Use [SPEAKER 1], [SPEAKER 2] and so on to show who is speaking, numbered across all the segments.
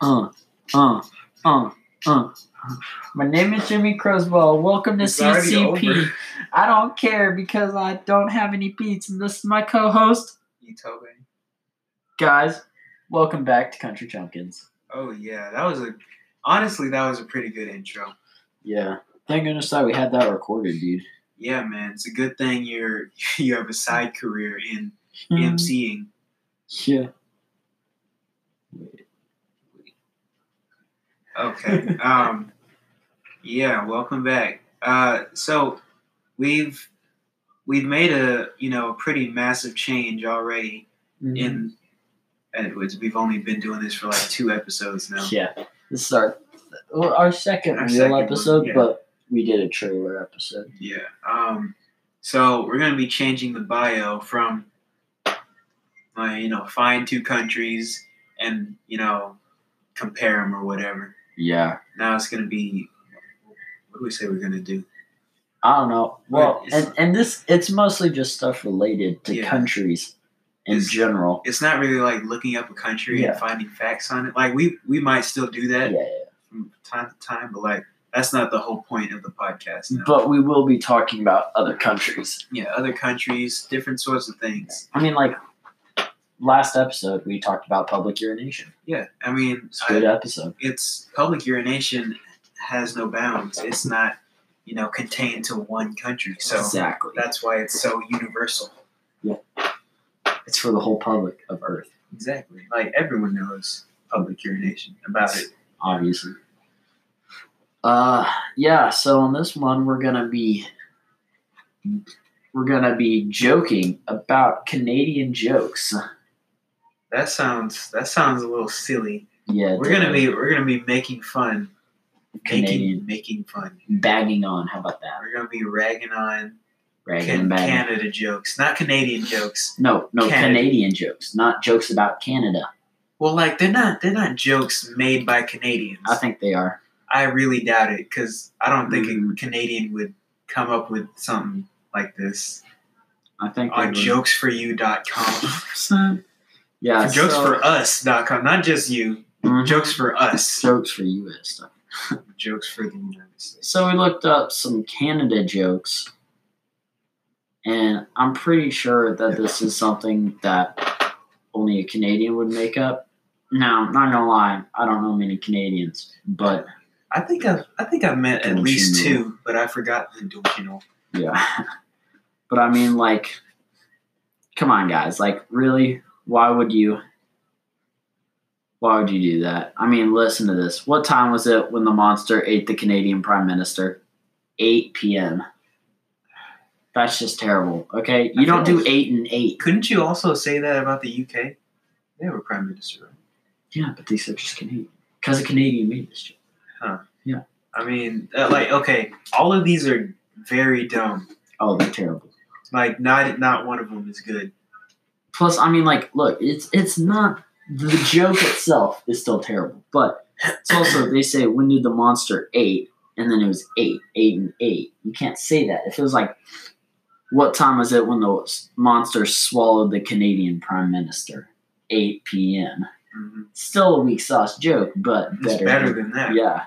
[SPEAKER 1] Uh, uh, uh, uh. My name is Jimmy Croswell. Welcome to
[SPEAKER 2] It's already
[SPEAKER 1] CCP.
[SPEAKER 2] over.
[SPEAKER 1] I don't care because I don't have any beats. And this is my co host.
[SPEAKER 2] You told me.
[SPEAKER 1] Guys, welcome back to Country Chumpkins.
[SPEAKER 2] Oh yeah, that was a. Honestly, that was a pretty good intro.
[SPEAKER 1] Yeah. Thank goodness that we had that recorded, dude.
[SPEAKER 2] Yeah, man, it's a good thing you're you have a side career in
[SPEAKER 1] Hmm.
[SPEAKER 2] emceeing.
[SPEAKER 1] Yeah.
[SPEAKER 2] Okay. Um. Yeah. Welcome back. Uh. So, we've we've made a you know a pretty massive change already
[SPEAKER 1] Hmm.
[SPEAKER 2] in. and it's- We've only been doing this for like two episodes now.
[SPEAKER 1] Yeah, this is our well, our second
[SPEAKER 2] Our
[SPEAKER 1] real
[SPEAKER 2] second one,
[SPEAKER 1] episode,
[SPEAKER 2] yeah.
[SPEAKER 1] but we did a trailer episode.
[SPEAKER 2] Yeah. Um, so we're gonna be changing the bio from, uh, you know, find two countries and you know, compare them or whatever.
[SPEAKER 1] Yeah,
[SPEAKER 2] Now it's gonna be, what do we say we're gonna do?
[SPEAKER 1] I don't know. Well,
[SPEAKER 2] Right, it's-
[SPEAKER 1] and, and this it's mostly just stuff related to
[SPEAKER 2] Yeah.
[SPEAKER 1] countries in
[SPEAKER 2] It's-
[SPEAKER 1] general.
[SPEAKER 2] It's not really like looking up a country
[SPEAKER 1] Yeah.
[SPEAKER 2] and finding facts on it. Like we we might still do
[SPEAKER 1] Yeah,
[SPEAKER 2] that
[SPEAKER 1] yeah, yeah.
[SPEAKER 2] from time to time, but like that's not the whole point of the podcast. Now.
[SPEAKER 1] but we will be talking about other countries.
[SPEAKER 2] yeah, other countries, different sorts of things.
[SPEAKER 1] I mean, like last episode we talked about public urination.
[SPEAKER 2] Yeah, I mean,
[SPEAKER 1] It's
[SPEAKER 2] I-
[SPEAKER 1] a good episode.
[SPEAKER 2] it's public urination has no bounds. It's not, you know, contained to one country. So
[SPEAKER 1] exactly,
[SPEAKER 2] that's why it's so universal.
[SPEAKER 1] it's for the whole public of Earth,
[SPEAKER 2] Exactly. Like everyone knows public urination about it.
[SPEAKER 1] obviously. Uh, yeah. So on this one, we're gonna be we're gonna be joking about Canadian jokes.
[SPEAKER 2] That sounds that sounds a little silly.
[SPEAKER 1] Yeah,
[SPEAKER 2] We're gonna be we're gonna be making fun.
[SPEAKER 1] Canadian.
[SPEAKER 2] Making making fun.
[SPEAKER 1] bagging on. How about that?
[SPEAKER 2] We're gonna be ragging on
[SPEAKER 1] Ragging
[SPEAKER 2] Can-
[SPEAKER 1] and bagging.
[SPEAKER 2] Canada jokes. Not Canadian jokes.
[SPEAKER 1] no, no
[SPEAKER 2] Canada.
[SPEAKER 1] Canadian jokes, not jokes about Canada.
[SPEAKER 2] Well like they're not they're not jokes made by Canadians.
[SPEAKER 1] I think they are.
[SPEAKER 2] I really doubt it because I don't think
[SPEAKER 1] Mm.
[SPEAKER 2] a Canadian would come up with something like this
[SPEAKER 1] I think they
[SPEAKER 2] on
[SPEAKER 1] were.
[SPEAKER 2] jokesforyou.com.
[SPEAKER 1] Yeah,
[SPEAKER 2] jokes
[SPEAKER 1] so-
[SPEAKER 2] for us.com, not just you.
[SPEAKER 1] Mhm.
[SPEAKER 2] Jokes for us.
[SPEAKER 1] jokes for U.S. stuff.
[SPEAKER 2] Jokes for the United States.
[SPEAKER 1] So we looked up some Canada jokes, and I'm pretty sure that this is something that only a Canadian would make up. Now, I'm not gonna lie, I don't know many Canadians, but
[SPEAKER 2] I think I've I think I've met at
[SPEAKER 1] Don't you
[SPEAKER 2] least
[SPEAKER 1] know?
[SPEAKER 2] two, but I forgot the don't you know.
[SPEAKER 1] yeah. but I mean, like, come on, guys. Like, really, why would you? Why would you do that? I mean, listen to this. What time was it when the monster ate the Canadian Prime Minister? 8 p.m. That's just terrible. Okay, you
[SPEAKER 2] I
[SPEAKER 1] don't
[SPEAKER 2] feel
[SPEAKER 1] do
[SPEAKER 2] like-
[SPEAKER 1] eight and eight.
[SPEAKER 2] Couldn't you also say that about the UK? They have a prime minister. right?
[SPEAKER 1] Yeah, but these are just Canadian. Because a Canadian made this joke.
[SPEAKER 2] I mean, uh, like okay, all of these are very dumb.
[SPEAKER 1] Oh, they're terrible.
[SPEAKER 2] Like not not one of them is good.
[SPEAKER 1] Plus, I mean, like, look, it's it's not the joke itself is still terrible, but it's also they say when did the monster eight, and then it was eight, eight and eight. You can't say that if it was like, what time was it when the s- monster swallowed the Canadian prime minister? Eight p.m.
[SPEAKER 2] Mhm.
[SPEAKER 1] Still a weak sauce joke, but
[SPEAKER 2] It's
[SPEAKER 1] better.
[SPEAKER 2] better than that.
[SPEAKER 1] yeah,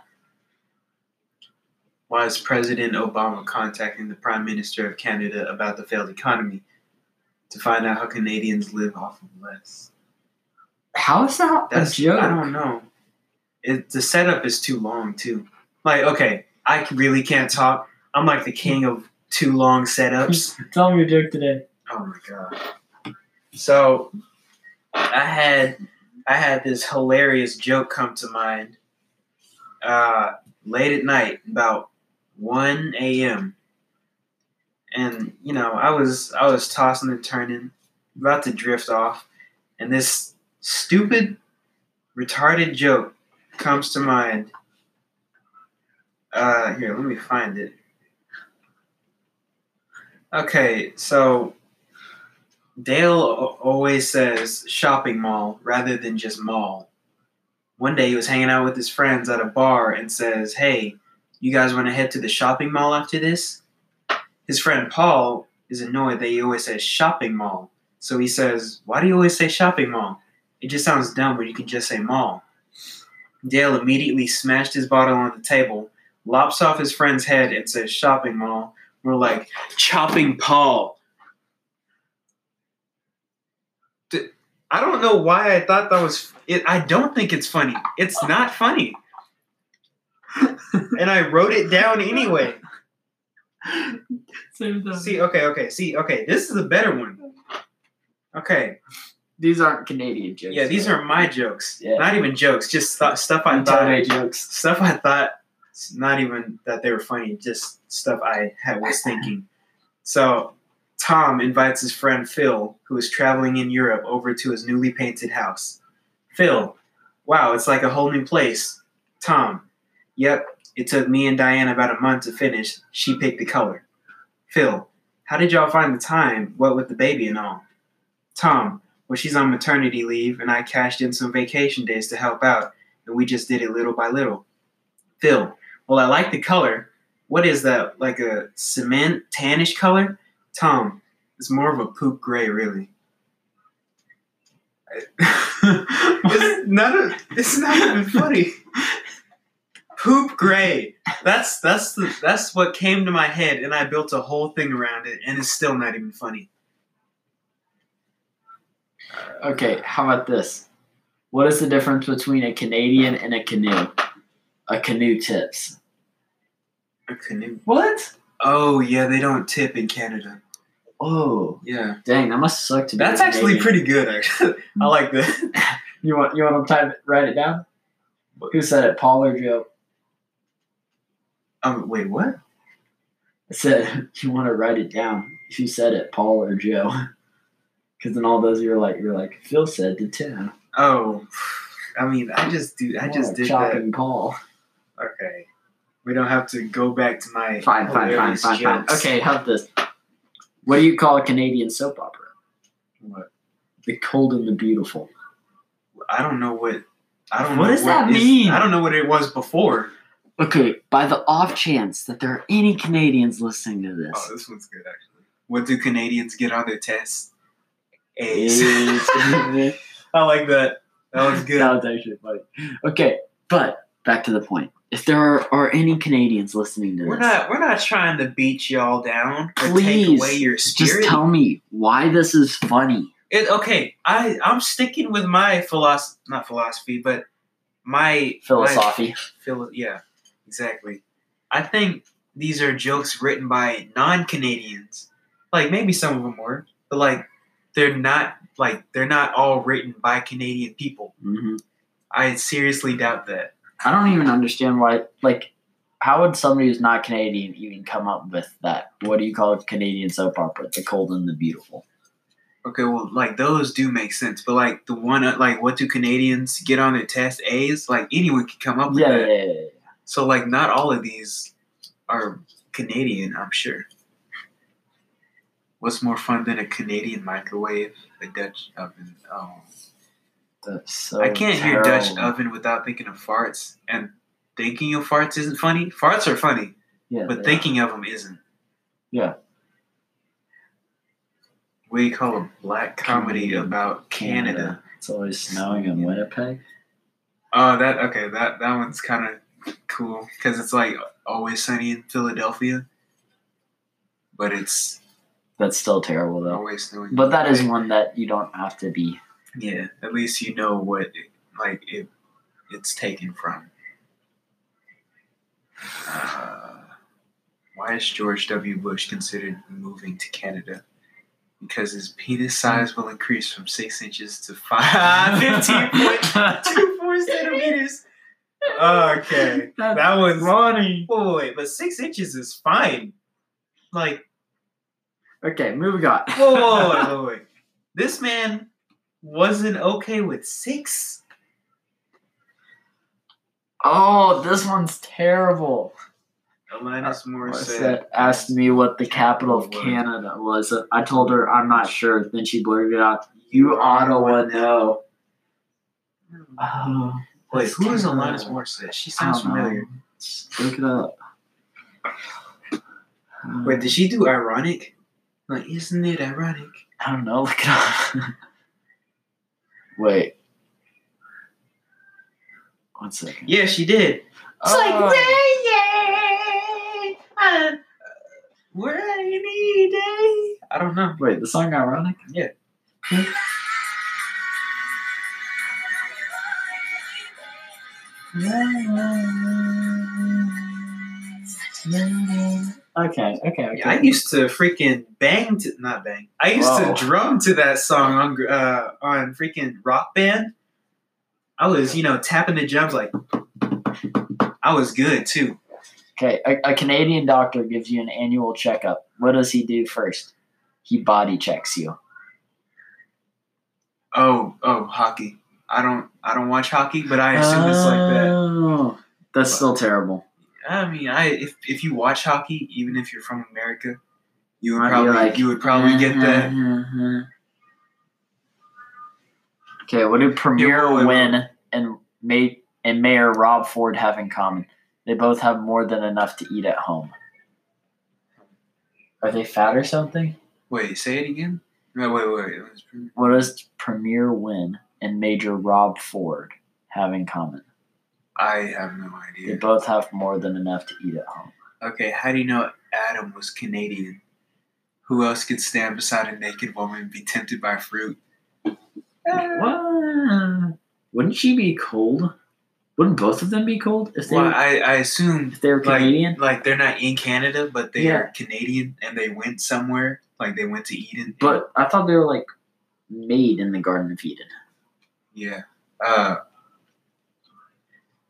[SPEAKER 2] Why is President Obama contacting the Prime Minister of Canada about the failed economy to find out how Canadians live off of less?
[SPEAKER 1] how is that
[SPEAKER 2] That's
[SPEAKER 1] a joke?
[SPEAKER 2] I don't know. It, the setup is too long too. Like, okay, I c- really can't talk. I'm like the king of too long setups.
[SPEAKER 1] Tell me a joke today.
[SPEAKER 2] oh my god. So, I had I had this hilarious joke come to mind. Uh, late at night, about one a.m. And you know, I was I was tossing and turning, about to drift off, and this stupid, retarded joke comes to mind. Uh, here, let me find it. Okay, so Dale a- always says shopping mall rather than just mall. One day he was hanging out with his friends at a bar and says, Hey, you guys want to head to the shopping mall after this? His friend Paul is annoyed that he always says shopping mall. So he says, Why do you always say shopping mall? It just sounds dumb when you can just say mall. Dale immediately smashed his bottle on the table, lops off his friend's head, and says, Shopping mall. We're like, Chopping Paul. D- I don't know why I thought that was. It, I don't think it's funny. It's not funny. and I wrote it down anyway.
[SPEAKER 1] Same time.
[SPEAKER 2] See, okay, okay, see, okay, this is a better one. Okay,
[SPEAKER 1] these aren't Canadian jokes.
[SPEAKER 2] yeah, these
[SPEAKER 1] though.
[SPEAKER 2] are my jokes.
[SPEAKER 1] Yeah.
[SPEAKER 2] Not even jokes, just stu- stuff I thought.
[SPEAKER 1] Monterey jokes.
[SPEAKER 2] stuff I thought, not even that they were funny, just stuff I had was thinking. So Tom invites his friend Phil, who is traveling in Europe, over to his newly painted house. Phil, wow, it's like a whole new place. Tom, yep, it took me and Diane about a month to finish. She picked the color. Phil, how did y'all find the time? What with the baby and all? Tom, well, she's on maternity leave, and I cashed in some vacation days to help out, and we just did it little by little. Phil, well, I like the color. What is that? Like a cement tannish color? Tom, it's more of a poop gray, really. it's, not a, it's not even funny. Poop gray. That's that's the, that's what came to my head, and I built a whole thing around it, and it's still not even funny.
[SPEAKER 1] Okay, how about this? What is the difference between a Canadian and a canoe? A canoe tips.
[SPEAKER 2] A canoe.
[SPEAKER 1] What?
[SPEAKER 2] Oh yeah, they don't tip in Canada.
[SPEAKER 1] Oh,
[SPEAKER 2] Yeah,
[SPEAKER 1] dang, that must suck to be.
[SPEAKER 2] that's actually
[SPEAKER 1] Canadian.
[SPEAKER 2] pretty good. Actually, I like that.
[SPEAKER 1] You want you want to type it, write it down? Who said it? Paul or Joe?
[SPEAKER 2] Um, wait, what?
[SPEAKER 1] I said you want to write it down. Who said it? Paul or Joe? Because then all those you're like you're like Phil said to Tim.
[SPEAKER 2] Oh, I mean, I just do. I just
[SPEAKER 1] Like
[SPEAKER 2] did that.
[SPEAKER 1] chopping Paul.
[SPEAKER 2] Okay, we don't have to go back to my
[SPEAKER 1] Fine, fine, fine,
[SPEAKER 2] hilarious
[SPEAKER 1] fine, fine.
[SPEAKER 2] jokes.
[SPEAKER 1] Okay, how about this? What do you call a Canadian soap opera?
[SPEAKER 2] What?
[SPEAKER 1] The Cold and the Beautiful.
[SPEAKER 2] I don't know what. I don't.
[SPEAKER 1] What
[SPEAKER 2] know
[SPEAKER 1] does that
[SPEAKER 2] is-
[SPEAKER 1] mean?
[SPEAKER 2] I don't know what it was before.
[SPEAKER 1] Okay, by the off chance that there are any Canadians listening to
[SPEAKER 2] Oh,
[SPEAKER 1] this,
[SPEAKER 2] this one's good actually. What do Canadians get on their tests? A's.
[SPEAKER 1] is-
[SPEAKER 2] I like that. That was good.
[SPEAKER 1] That was actually funny. Okay, but back to the point. If there are, are any Canadians listening to
[SPEAKER 2] We're
[SPEAKER 1] this,
[SPEAKER 2] not. We're not trying to beat y'all down or take
[SPEAKER 1] Please,
[SPEAKER 2] away your
[SPEAKER 1] just
[SPEAKER 2] spirit.
[SPEAKER 1] tell me why this is funny.
[SPEAKER 2] it, okay, I I'm sticking with my philosophy, not philosophy, but my my
[SPEAKER 1] Philosophy.
[SPEAKER 2] Phil- yeah, exactly. I think these are jokes written by non-Canadians. Like maybe some of them were, but like they're not like they're not all written by Canadian people.
[SPEAKER 1] hmm
[SPEAKER 2] I seriously doubt that.
[SPEAKER 1] I don't even understand why. Like, how would somebody who's not Canadian even come up with that? What do you call a Canadian soap opera? The Cold and the Beautiful.
[SPEAKER 2] Okay, well, like those do make sense, but like the one uh, like what do Canadians get on their test A's? Like anyone could come up with
[SPEAKER 1] Yeah,
[SPEAKER 2] that.
[SPEAKER 1] yeah, yeah, yeah.
[SPEAKER 2] So like not all of these are Canadian, I'm sure. What's more fun than a Canadian microwave? A Dutch oven. Oh.
[SPEAKER 1] That's so
[SPEAKER 2] I can't hear Dutch uh,
[SPEAKER 1] terrible.
[SPEAKER 2] oven without thinking of farts. And thinking of farts isn't funny. Farts are funny,
[SPEAKER 1] Yeah,
[SPEAKER 2] but
[SPEAKER 1] they-
[SPEAKER 2] thinking of them isn't.
[SPEAKER 1] Yeah.
[SPEAKER 2] What do you call a black comedy
[SPEAKER 1] Canadian.
[SPEAKER 2] about Canada?
[SPEAKER 1] It's always snowing in
[SPEAKER 2] Yeah.
[SPEAKER 1] Winnipeg.
[SPEAKER 2] Oh, that okay. That that one's kind of cool because it's like always sunny in Philadelphia, but it's
[SPEAKER 1] That's still terrible though.
[SPEAKER 2] always snowy.
[SPEAKER 1] But that is one that you don't have to be.
[SPEAKER 2] yeah. At least you know what like it it's taken from. Uh, why is George W. Bush considered moving to Canada? Because his penis size will increase from six inches to five, 15 Uh, point two four centimeters. Okay, that was
[SPEAKER 1] Ronnie.
[SPEAKER 2] Wait, wait, wait, but six inches is fine. Like,
[SPEAKER 1] Okay, moving on.
[SPEAKER 2] whoa, whoa, wait, wait, wait. This man wasn't okay with six.
[SPEAKER 1] Oh, this one's terrible.
[SPEAKER 2] Alanis Morissette.
[SPEAKER 1] Uh, Morissette asked me what the capital of
[SPEAKER 2] Word.
[SPEAKER 1] Canada was. I told her I'm not sure. Then she blurted out, "You Ottawa know." Oh,
[SPEAKER 2] Wait, who is
[SPEAKER 1] terrible.
[SPEAKER 2] Alanis Morissette? She
[SPEAKER 1] I
[SPEAKER 2] sounds
[SPEAKER 1] don't know.
[SPEAKER 2] familiar.
[SPEAKER 1] Just Look it up.
[SPEAKER 2] Wait, did she do ironic? Like, isn't it ironic?
[SPEAKER 1] I don't know. Look it up. Wait. One second.
[SPEAKER 2] Yeah, she did. It's
[SPEAKER 1] Oh.
[SPEAKER 2] like, yeah, yeah, uh, rainy day. eh?" I don't know.
[SPEAKER 1] Wait, the song ironic?
[SPEAKER 2] Yeah.
[SPEAKER 1] Okay, okay, okay.
[SPEAKER 2] Yeah, I used to freaking bang to not bang. I used
[SPEAKER 1] Whoa.
[SPEAKER 2] to drum to that song on gr- uh, on freaking rock band. I was, you know, tapping the drums like I was good too.
[SPEAKER 1] Okay, a, a Canadian doctor gives you an annual checkup. What does he do first? He body checks you.
[SPEAKER 2] Oh, oh, hockey. I don't I don't watch hockey, but I assume it's like that.
[SPEAKER 1] Oh, That's still terrible.
[SPEAKER 2] I mean, I if if you watch hockey, even if you're from America, you would
[SPEAKER 1] Might be
[SPEAKER 2] probably
[SPEAKER 1] like,
[SPEAKER 2] you would probably get
[SPEAKER 1] Mm-hmm,
[SPEAKER 2] that.
[SPEAKER 1] Okay, what do Premier
[SPEAKER 2] wait, wait,
[SPEAKER 1] Wynn and May and Mayor Rob Ford have in common? They both have more than enough to eat at home. Are they fat or something?
[SPEAKER 2] Wait, say it again. No, wait, wait. it was pretty-
[SPEAKER 1] What does Premier Wynn and Major Rob Ford have in common?
[SPEAKER 2] I have no
[SPEAKER 1] They
[SPEAKER 2] idea.
[SPEAKER 1] both have more than enough to eat at home.
[SPEAKER 2] Okay, how do you know Adam was Canadian? Who else could stand beside a naked woman and be tempted by fruit?
[SPEAKER 1] What? Wouldn't she be cold? Wouldn't both of them be cold if they
[SPEAKER 2] Well,
[SPEAKER 1] were,
[SPEAKER 2] I I assume
[SPEAKER 1] if they were
[SPEAKER 2] like
[SPEAKER 1] Canadian?
[SPEAKER 2] like they're not in Canada, but they
[SPEAKER 1] Yeah.
[SPEAKER 2] are Canadian and they went somewhere. Like they went to Eden.
[SPEAKER 1] But I thought they were like made in the Garden of Eden.
[SPEAKER 2] yeah. Uh,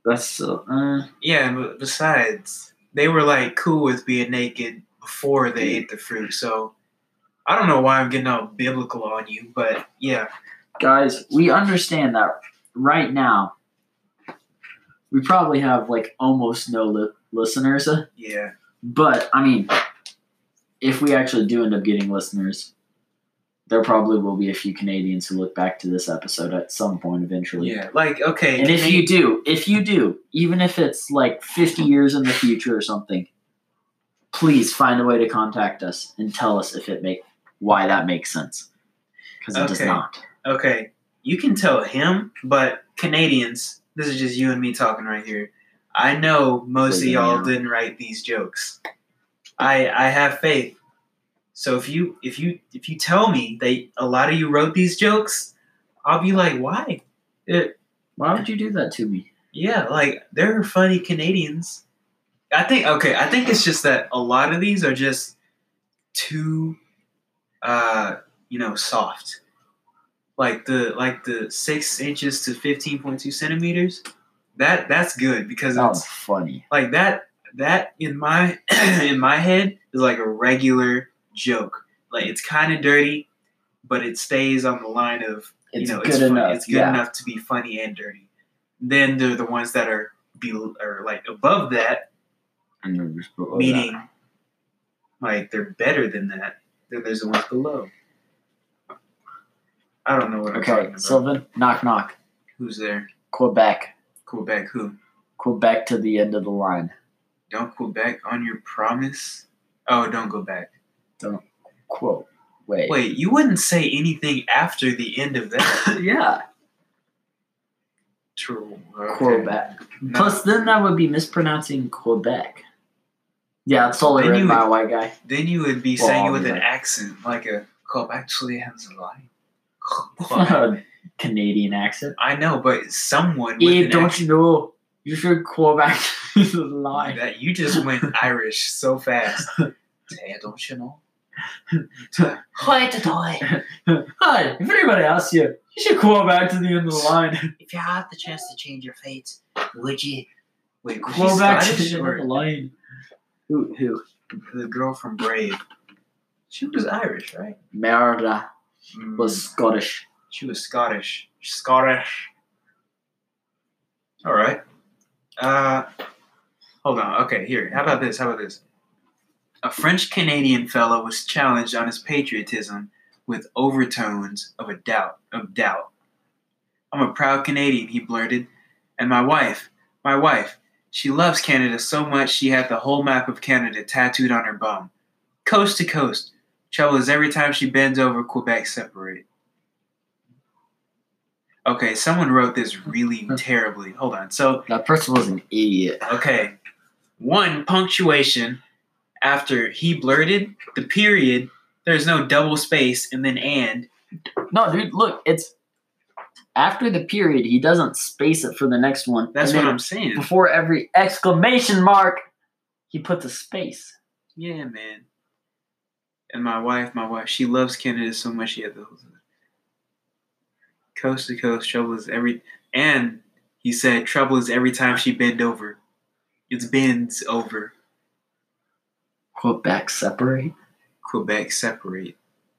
[SPEAKER 1] That's uh, uh
[SPEAKER 2] Yeah, and b- besides, they were like cool with being naked before they ate the fruit. So I don't know why I'm getting all biblical on you, but yeah,
[SPEAKER 1] guys, we understand that right now. We probably have like almost no li- listeners, uh,
[SPEAKER 2] yeah.
[SPEAKER 1] but I mean, if we actually do end up getting listeners, there probably will be a few Canadians who look back to this episode at some point eventually.
[SPEAKER 2] Yeah, like okay.
[SPEAKER 1] And if
[SPEAKER 2] Cana-
[SPEAKER 1] you do, if you do, even if it's like 50 years in the future or something, please find a way to contact us and tell us if it make why that makes sense. Because it does
[SPEAKER 2] Okay.
[SPEAKER 1] not.
[SPEAKER 2] okay, you can tell him, but Canadians, this is just you and me talking right here. I know most of
[SPEAKER 1] Freaking
[SPEAKER 2] y'all
[SPEAKER 1] out.
[SPEAKER 2] didn't write these jokes. I I have faith. So if you if you if you tell me that a lot of you wrote these jokes, I'll be like, why? It,
[SPEAKER 1] Why would you do that to me?
[SPEAKER 2] Yeah, like there are funny Canadians. I think okay, I think it's just that a lot of these are just too uh you know soft. Like the like the six inches to fifteen point two centimeters. That that's good because
[SPEAKER 1] That was
[SPEAKER 2] it's
[SPEAKER 1] funny.
[SPEAKER 2] like that that in my in my head is like a regular joke. Like it's kinda dirty, but it stays on the line of
[SPEAKER 1] It's
[SPEAKER 2] you know,
[SPEAKER 1] good
[SPEAKER 2] it's funny.
[SPEAKER 1] enough.
[SPEAKER 2] It's good
[SPEAKER 1] yeah.
[SPEAKER 2] enough to be funny and dirty. Then they're the ones that are be or like above that,
[SPEAKER 1] And you're just oh, below that.
[SPEAKER 2] meaning like they're better than that. Then there's the ones below. I don't know what I'm talking
[SPEAKER 1] Okay,
[SPEAKER 2] about.
[SPEAKER 1] Sylvan, knock knock.
[SPEAKER 2] Who's there?
[SPEAKER 1] Quebec.
[SPEAKER 2] Quebec? Who?
[SPEAKER 1] Quebec to the end of the line.
[SPEAKER 2] Don't Quebec on your promise. Oh, don't go back.
[SPEAKER 1] Quote. Wait.
[SPEAKER 2] Wait, you wouldn't say anything after the end of that.
[SPEAKER 1] yeah.
[SPEAKER 2] True. Okay.
[SPEAKER 1] Quebec.
[SPEAKER 2] No.
[SPEAKER 1] Plus then that would be mispronouncing Quebec. Yeah, it's totally
[SPEAKER 2] Then
[SPEAKER 1] written
[SPEAKER 2] you
[SPEAKER 1] by
[SPEAKER 2] would-
[SPEAKER 1] a white guy.
[SPEAKER 2] Then you would be
[SPEAKER 1] Well,
[SPEAKER 2] saying it
[SPEAKER 1] I'll
[SPEAKER 2] with
[SPEAKER 1] be
[SPEAKER 2] an
[SPEAKER 1] like-
[SPEAKER 2] accent, like a Quebec actually has a line.
[SPEAKER 1] Canadian accent.
[SPEAKER 2] I know, but someone with
[SPEAKER 1] Eh,
[SPEAKER 2] an
[SPEAKER 1] don't
[SPEAKER 2] accent-
[SPEAKER 1] you know? You should Quebec to the line.
[SPEAKER 2] that you just went Irish so fast. Eh, don't you know? T-
[SPEAKER 1] Hi to die. Hi, if anybody asks you, you should Quebec to the end of the line.
[SPEAKER 2] If you had the chance to change your fate, would you? Wait, was she
[SPEAKER 1] Quebec to
[SPEAKER 2] Scottish
[SPEAKER 1] the end of the
[SPEAKER 2] or
[SPEAKER 1] line. Who who?
[SPEAKER 2] the girl from Brave? She was Irish, right?
[SPEAKER 1] Merida was Scottish.
[SPEAKER 2] she was Scottish. Scottish. All right. Uh, hold on. Okay, here. How about this? How about this? A French Canadian fellow was challenged on his patriotism with overtones of a doubt of doubt. I'm a proud Canadian, he blurted, and my wife, my wife, she loves Canada so much she had the whole map of Canada tattooed on her bum, coast to coast. Trouble is, every time she bends over, Quebec separates. Okay, someone wrote this really terribly. Hold on. So,
[SPEAKER 1] That person was an idiot.
[SPEAKER 2] okay. One, punctuation. After he blurted, the period, there's no double space, and then and.
[SPEAKER 1] No, dude, look, it's after the period, he doesn't space it for the next one.
[SPEAKER 2] That's
[SPEAKER 1] and
[SPEAKER 2] what
[SPEAKER 1] then
[SPEAKER 2] I'm saying.
[SPEAKER 1] Before every exclamation mark, he puts a space.
[SPEAKER 2] Yeah, man. And my wife, my wife, she loves Canada so much. She had the coast to coast trouble is every and he said trouble is every time she bend over. It's bends over.
[SPEAKER 1] Quebec separate.
[SPEAKER 2] Quebec separate.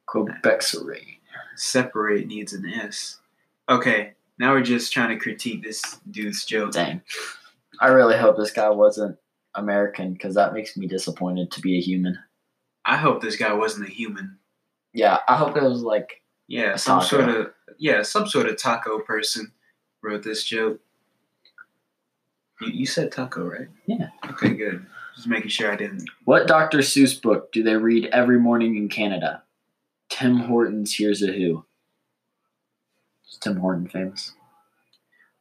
[SPEAKER 1] Quebec separate.
[SPEAKER 2] Separate needs an S. Okay, now we're just trying to critique this dude's joke.
[SPEAKER 1] Dang. I really hope this guy wasn't American because that makes me disappointed to be a human.
[SPEAKER 2] I hope this guy wasn't a human.
[SPEAKER 1] Yeah, I hope it was like,
[SPEAKER 2] Yeah,
[SPEAKER 1] A
[SPEAKER 2] some
[SPEAKER 1] taco.
[SPEAKER 2] sort of yeah, some sort of taco person wrote this joke. You, you said taco, right?
[SPEAKER 1] Yeah.
[SPEAKER 2] Okay, good. Just making sure I didn't.
[SPEAKER 1] what Dr. Seuss book do they read every morning in Canada? Tim Hortons, Here's a Who. Is Tim Horton famous?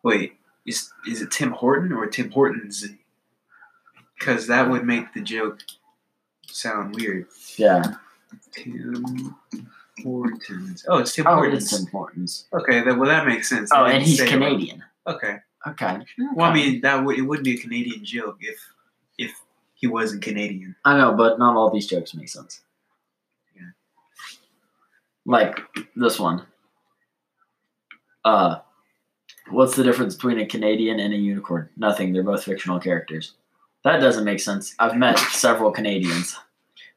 [SPEAKER 2] Wait, is is it Tim Horton or Tim Hortons? Because that would make the joke sound weird.
[SPEAKER 1] Yeah.
[SPEAKER 2] Tim Hortons. Oh, it's Tim
[SPEAKER 1] Oh, it is
[SPEAKER 2] Hortons.
[SPEAKER 1] Tim Hortons.
[SPEAKER 2] Okay, that, well that makes sense.
[SPEAKER 1] Oh, and
[SPEAKER 2] I didn't
[SPEAKER 1] he's
[SPEAKER 2] say it wrong.
[SPEAKER 1] Canadian.
[SPEAKER 2] Okay.
[SPEAKER 1] Okay.
[SPEAKER 2] Well, I mean that would it would be a Canadian joke if if he wasn't Canadian.
[SPEAKER 1] I know, but not all these jokes make sense.
[SPEAKER 2] Yeah.
[SPEAKER 1] Like this one. Uh, what's the difference between a Canadian and a unicorn? Nothing. They're both fictional characters. That doesn't make sense. I've met several Canadians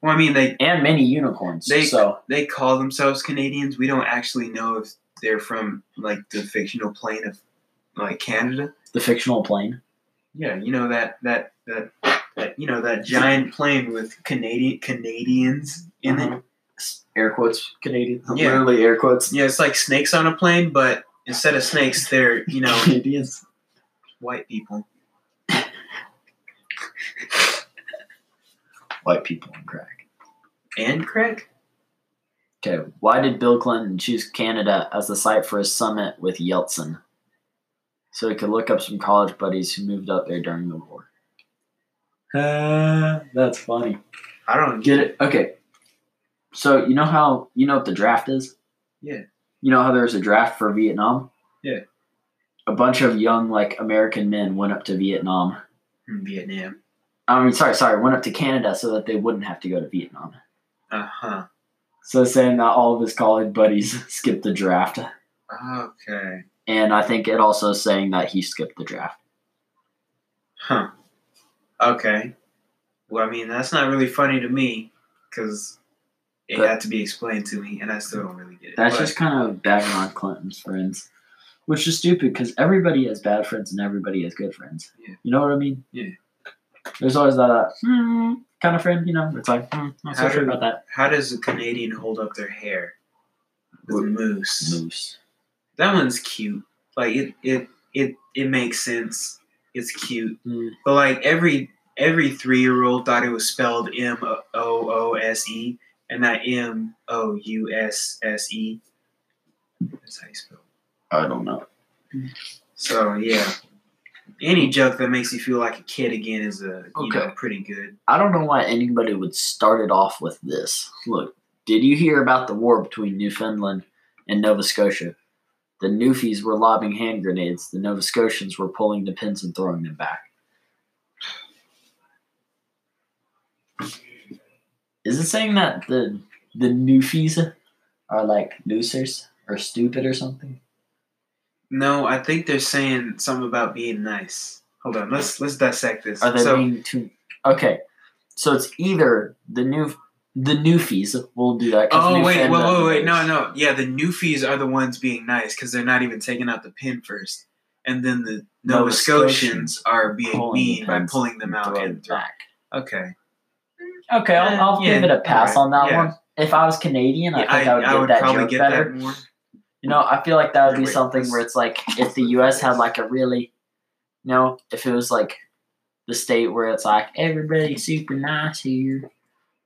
[SPEAKER 2] Well, I mean they
[SPEAKER 1] and many unicorns.
[SPEAKER 2] They-
[SPEAKER 1] so
[SPEAKER 2] they call themselves Canadians. We don't actually know if they're from like the fictional plane of like Canada.
[SPEAKER 1] the fictional plane.
[SPEAKER 2] Yeah, you know that that that, that you know that giant plane with Canadian Canadians in
[SPEAKER 1] Uh-huh.
[SPEAKER 2] it.
[SPEAKER 1] Air quotes Canadian.
[SPEAKER 2] Yeah.
[SPEAKER 1] Literally air quotes.
[SPEAKER 2] Yeah, it's like snakes on a plane, but instead of snakes, they're you know
[SPEAKER 1] Canadians.
[SPEAKER 2] white people.
[SPEAKER 1] White people on crack.
[SPEAKER 2] And crack?
[SPEAKER 1] Okay, why did Bill Clinton choose Canada as the site for his summit with Yeltsin? So he could look up some college buddies who moved up there during the war. Uh, that's funny.
[SPEAKER 2] I don't
[SPEAKER 1] Get it? Okay. So you know how you know what the draft is?
[SPEAKER 2] Yeah.
[SPEAKER 1] You know how there was a draft for Vietnam?
[SPEAKER 2] Yeah.
[SPEAKER 1] A bunch of young like American men went up to Vietnam.
[SPEAKER 2] from Vietnam.
[SPEAKER 1] I mean, sorry, sorry, went up to Canada so that they wouldn't have to go to Vietnam.
[SPEAKER 2] Uh huh.
[SPEAKER 1] So saying that all of his college buddies skipped the draft.
[SPEAKER 2] Okay.
[SPEAKER 1] and I think it also is saying that he skipped the draft.
[SPEAKER 2] Huh. Okay. Well, I mean, that's not really funny to me because it
[SPEAKER 1] But-
[SPEAKER 2] had to be explained to me, and I still don't really get it.
[SPEAKER 1] That's
[SPEAKER 2] But-
[SPEAKER 1] just kind of bagging on Clinton's friends, which is stupid because everybody has bad friends and everybody has good friends.
[SPEAKER 2] Yeah.
[SPEAKER 1] You know what I mean?
[SPEAKER 2] Yeah.
[SPEAKER 1] There's always that uh, hmm, kind of friend, you know. It's like hmm, not so
[SPEAKER 2] How
[SPEAKER 1] sure
[SPEAKER 2] do-
[SPEAKER 1] about that.
[SPEAKER 2] how does a Canadian hold up their hair? With
[SPEAKER 1] With
[SPEAKER 2] moose.
[SPEAKER 1] Moose.
[SPEAKER 2] That one's cute. Like it, it, it, it makes sense. It's cute.
[SPEAKER 1] Mm.
[SPEAKER 2] But like every every three year old thought it was spelled M O O S E and not M O U S S E. That's how you spell. it.
[SPEAKER 1] I don't know.
[SPEAKER 2] So yeah, any joke that makes you feel like a kid again is a you know
[SPEAKER 1] Okay.
[SPEAKER 2] pretty good.
[SPEAKER 1] I don't know why anybody would start it off with this. Look, did you hear about the war between Newfoundland and Nova Scotia? The Newfies were lobbing hand grenades. The Nova Scotians were pulling the pins and throwing them back. Is it saying that the the Newfies are like losers or stupid or something?
[SPEAKER 2] No, I think they're saying something about being nice. Hold on, let's let's dissect this.
[SPEAKER 1] Are they
[SPEAKER 2] so
[SPEAKER 1] being too okay? So it's either the new the Newfies will do that. 'cause
[SPEAKER 2] Oh wait, wait,
[SPEAKER 1] Newfoundland
[SPEAKER 2] wait, wait,
[SPEAKER 1] is-
[SPEAKER 2] no, no, yeah, the Newfies are the ones being nice because they're not even taking out the pin first, and then the Nova,
[SPEAKER 1] Nova
[SPEAKER 2] Scotians,
[SPEAKER 1] Scotians
[SPEAKER 2] are being
[SPEAKER 1] pulling the
[SPEAKER 2] mean by
[SPEAKER 1] pins
[SPEAKER 2] pulling them out
[SPEAKER 1] throwing them
[SPEAKER 2] and
[SPEAKER 1] back.
[SPEAKER 2] okay.
[SPEAKER 1] Okay,
[SPEAKER 2] Eh,
[SPEAKER 1] I'll, I'll
[SPEAKER 2] yeah,
[SPEAKER 1] give it a pass
[SPEAKER 2] alright,
[SPEAKER 1] on that
[SPEAKER 2] yeah.
[SPEAKER 1] one. If I was Canadian, I
[SPEAKER 2] Yeah,
[SPEAKER 1] think I, would get that
[SPEAKER 2] probably
[SPEAKER 1] joke
[SPEAKER 2] get
[SPEAKER 1] better.
[SPEAKER 2] that more.
[SPEAKER 1] You know, I feel like that would be
[SPEAKER 2] Wait,
[SPEAKER 1] something
[SPEAKER 2] let's-
[SPEAKER 1] where it's like if the U.S. had like a really, you know, if it was like the state where it's like everybody's super nice here,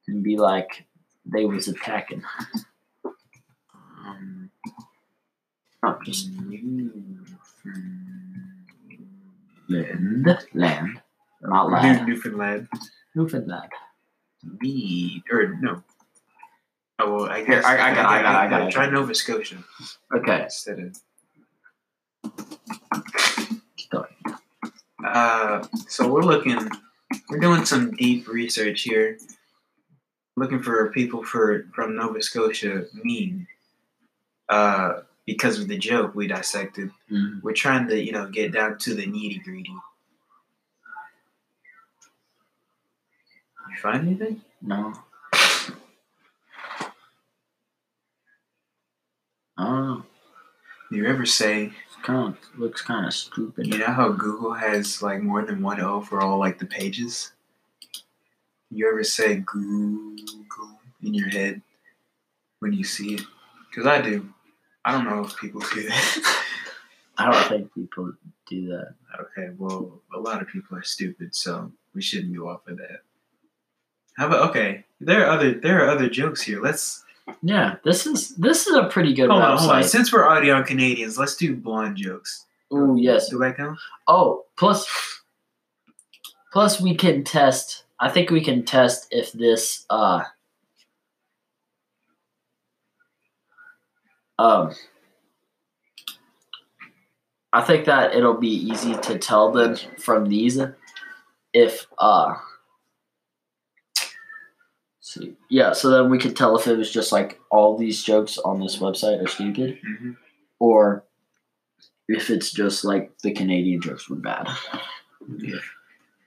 [SPEAKER 1] and be like they was attacking.
[SPEAKER 2] Um,
[SPEAKER 1] I'm Just Land. Land. Not
[SPEAKER 2] New,
[SPEAKER 1] land.
[SPEAKER 2] Newfoundland.
[SPEAKER 1] Newfoundland.
[SPEAKER 2] Mead. Or no. Oh, well, I guess.
[SPEAKER 1] I- I got it, I got it, I got it.
[SPEAKER 2] Try Nova Scotia
[SPEAKER 1] Okay.
[SPEAKER 2] instead of.
[SPEAKER 1] keep going.
[SPEAKER 2] Uh, so we're looking, we're doing some deep research here, looking for people for from Nova Scotia mean. Uh, because of the joke we dissected,
[SPEAKER 1] Mm.
[SPEAKER 2] we're trying to you know get down to the needy greedy. You find anything?
[SPEAKER 1] No. Oh,
[SPEAKER 2] You ever say
[SPEAKER 1] kind of looks kind of
[SPEAKER 2] you
[SPEAKER 1] stupid.
[SPEAKER 2] know how Google has like more than one O for all like the pages? You ever say Google in your head when you see it? Because I do. I don't know if people do that.
[SPEAKER 1] I don't think people do that.
[SPEAKER 2] okay, well, a lot of people are stupid, so we shouldn't go off of that. How about okay? There are other there are other jokes here. Let's
[SPEAKER 1] Yeah, this is this is a pretty good
[SPEAKER 2] hold on, hold on.
[SPEAKER 1] website.
[SPEAKER 2] Since we're already on Canadians, let's do blonde jokes.
[SPEAKER 1] Oh yes.
[SPEAKER 2] Do I go?
[SPEAKER 1] Oh, plus plus we can test. I think we can test if this uh um I think that it'll be easy to tell them from these if uh see yeah, so then we could tell if it was just like all these jokes on this website are stupid
[SPEAKER 2] hmm
[SPEAKER 1] or if it's just like the Canadian jokes were bad.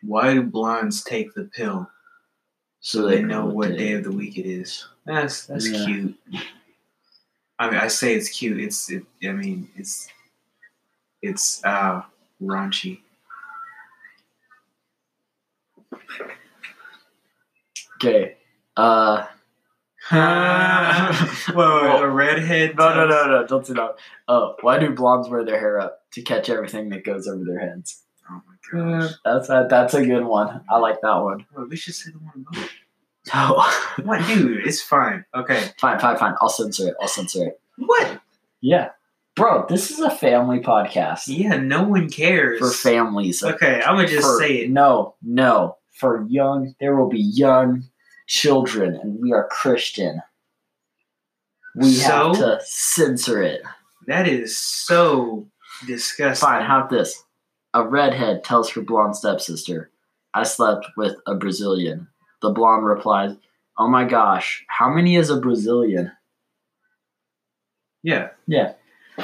[SPEAKER 2] Why do blondes take the pill?
[SPEAKER 1] So
[SPEAKER 2] they know what day of the week it is. That's that's
[SPEAKER 1] Yeah.
[SPEAKER 2] cute. I mean, I say it's cute. It's it, I mean, it's it's uh raunchy.
[SPEAKER 1] Okay. Uh,
[SPEAKER 2] whoa, whoa, a redhead?
[SPEAKER 1] no, no, no, no, don't do that. Oh, why do blondes wear their hair up? To catch everything that goes over their heads.
[SPEAKER 2] Oh my gosh.
[SPEAKER 1] That's a, that's a good one. I like that one.
[SPEAKER 2] Wait, we should say the one above.
[SPEAKER 1] Oh,
[SPEAKER 2] What, dude? It's fine. Okay.
[SPEAKER 1] fine, fine, fine. I'll censor it. I'll censor it.
[SPEAKER 2] What?
[SPEAKER 1] Yeah. Bro, this is a family podcast
[SPEAKER 2] Yeah, no one cares.
[SPEAKER 1] for families.
[SPEAKER 2] Okay, I'm gonna just
[SPEAKER 1] for-
[SPEAKER 2] say it.
[SPEAKER 1] No, no. For young, there will be young children, and we are Christian. We have
[SPEAKER 2] So?
[SPEAKER 1] to censor it.
[SPEAKER 2] That is so disgusting.
[SPEAKER 1] Fine, how about this? A redhead tells her blonde stepsister, I slept with a Brazilian. The blonde replies, Oh my gosh, how many is a Brazilian?
[SPEAKER 2] Yeah.
[SPEAKER 1] Yeah.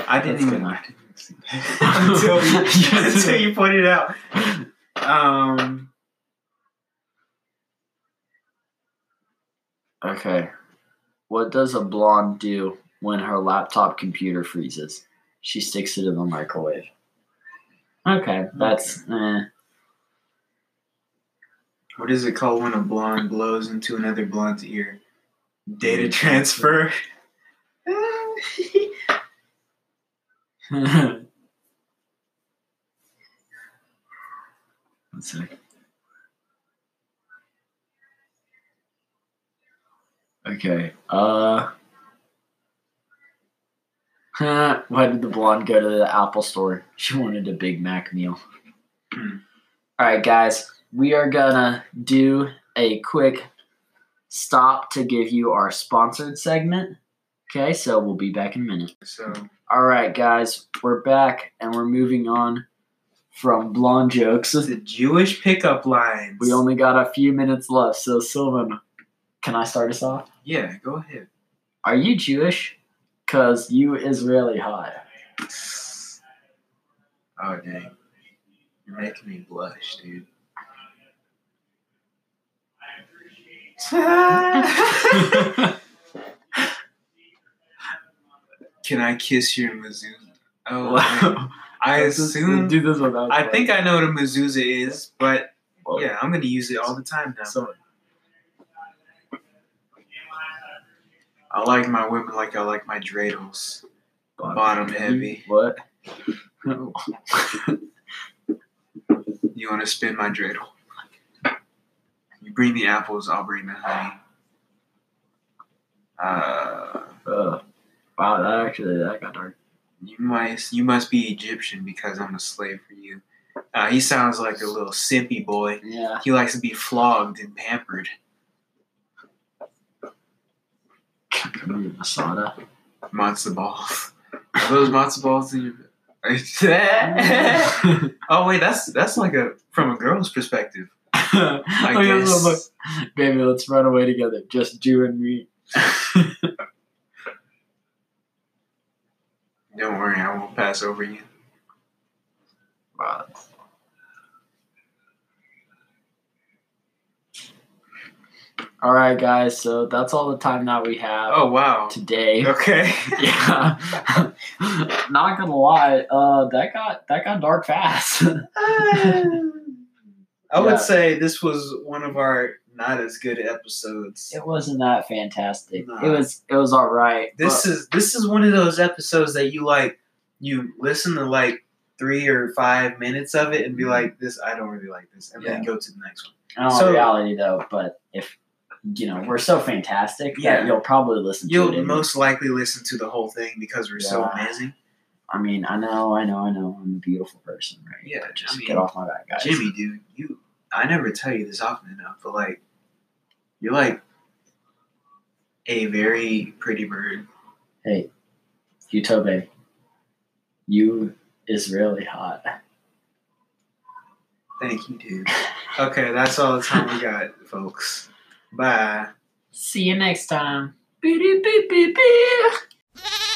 [SPEAKER 2] I didn't
[SPEAKER 1] That's
[SPEAKER 2] even
[SPEAKER 1] good.
[SPEAKER 2] I didn't see that. until, you,
[SPEAKER 1] Yes.
[SPEAKER 2] until you pointed it out. Um,
[SPEAKER 1] Okay. What does a blonde do when her laptop computer freezes? She sticks it in the microwave. Okay, that's. Eh.
[SPEAKER 2] what is it called when a blonde blows into another blonde's ear? Data transfer.
[SPEAKER 1] One sec. Okay. Uh. Why did the blonde go to the Apple store? She wanted a Big Mac meal.
[SPEAKER 2] Hmm.
[SPEAKER 1] All right, guys, we are gonna do a quick stop to give you our sponsored segment. Okay, so we'll be back in a minute.
[SPEAKER 2] so
[SPEAKER 1] All right, guys, we're back and we're moving on from blonde jokes.
[SPEAKER 2] the Jewish pickup lines.
[SPEAKER 1] We only got a few minutes left, so Sylvan, can I start us off?
[SPEAKER 2] yeah, go ahead.
[SPEAKER 1] Are you Jewish? Cause you is really hot.
[SPEAKER 2] Oh dang, you're making me blush, dude. Can I kiss your mezuzah? Oh, man. I
[SPEAKER 1] Let's just
[SPEAKER 2] assume.
[SPEAKER 1] Do this without.
[SPEAKER 2] I think I know what a mezuzah is, but
[SPEAKER 1] Whoa.
[SPEAKER 2] yeah, I'm gonna use it all the time now.
[SPEAKER 1] So,
[SPEAKER 2] I like my women like I like my dreidels. Bottom heavy.
[SPEAKER 1] What?
[SPEAKER 2] You wanna spin my dreidel? You bring the apples, I'll bring the honey. Uh,
[SPEAKER 1] Uh, wow, that actually that got dark.
[SPEAKER 2] You must you must be Egyptian because I'm a slave for you. Uh, he sounds like a little simpy boy.
[SPEAKER 1] Yeah.
[SPEAKER 2] He likes to be flogged and pampered.
[SPEAKER 1] Maybe Masada.
[SPEAKER 2] Matzo balls. Are those matzo balls in your? oh wait, that's that's like a from a girl's perspective. I
[SPEAKER 1] Okay, look,
[SPEAKER 2] guess.
[SPEAKER 1] look. Baby, let's run away together. Just you and me.
[SPEAKER 2] Don't worry, I won't pass over you.
[SPEAKER 1] Wow. All right, guys. So that's all the time that we have
[SPEAKER 2] Oh wow.
[SPEAKER 1] today.
[SPEAKER 2] Okay.
[SPEAKER 1] yeah. Not gonna lie, uh, that got that got dark fast.
[SPEAKER 2] I
[SPEAKER 1] Yeah.
[SPEAKER 2] would say this was one of our not as good episodes.
[SPEAKER 1] it wasn't that fantastic.
[SPEAKER 2] Nah.
[SPEAKER 1] It was it was all right.
[SPEAKER 2] This is this is one of those episodes that you like you listen to like three or five minutes of it and be
[SPEAKER 1] Mm-hmm.
[SPEAKER 2] like, This I don't really like this and then go to the next one.
[SPEAKER 1] in all
[SPEAKER 2] so-
[SPEAKER 1] reality, though. But if you know, we're so fantastic
[SPEAKER 2] Yeah.
[SPEAKER 1] that you'll probably listen to it.
[SPEAKER 2] You'll
[SPEAKER 1] in-
[SPEAKER 2] most likely listen to the whole thing because we're so
[SPEAKER 1] Yeah.
[SPEAKER 2] amazing.
[SPEAKER 1] I mean, I know, I know, I know. I'm a beautiful person, right?
[SPEAKER 2] Yeah,
[SPEAKER 1] But just
[SPEAKER 2] I mean,
[SPEAKER 1] get off my back, guys.
[SPEAKER 2] Jimmy, dude, you I never tell you this often enough, but like you're like a very pretty bird.
[SPEAKER 1] Hey, you Tobe, you is really hot.
[SPEAKER 2] Thank you, dude. Okay, that's all the time we got, folks. Bye.
[SPEAKER 1] See you next time. Beep, beep, beep, beep.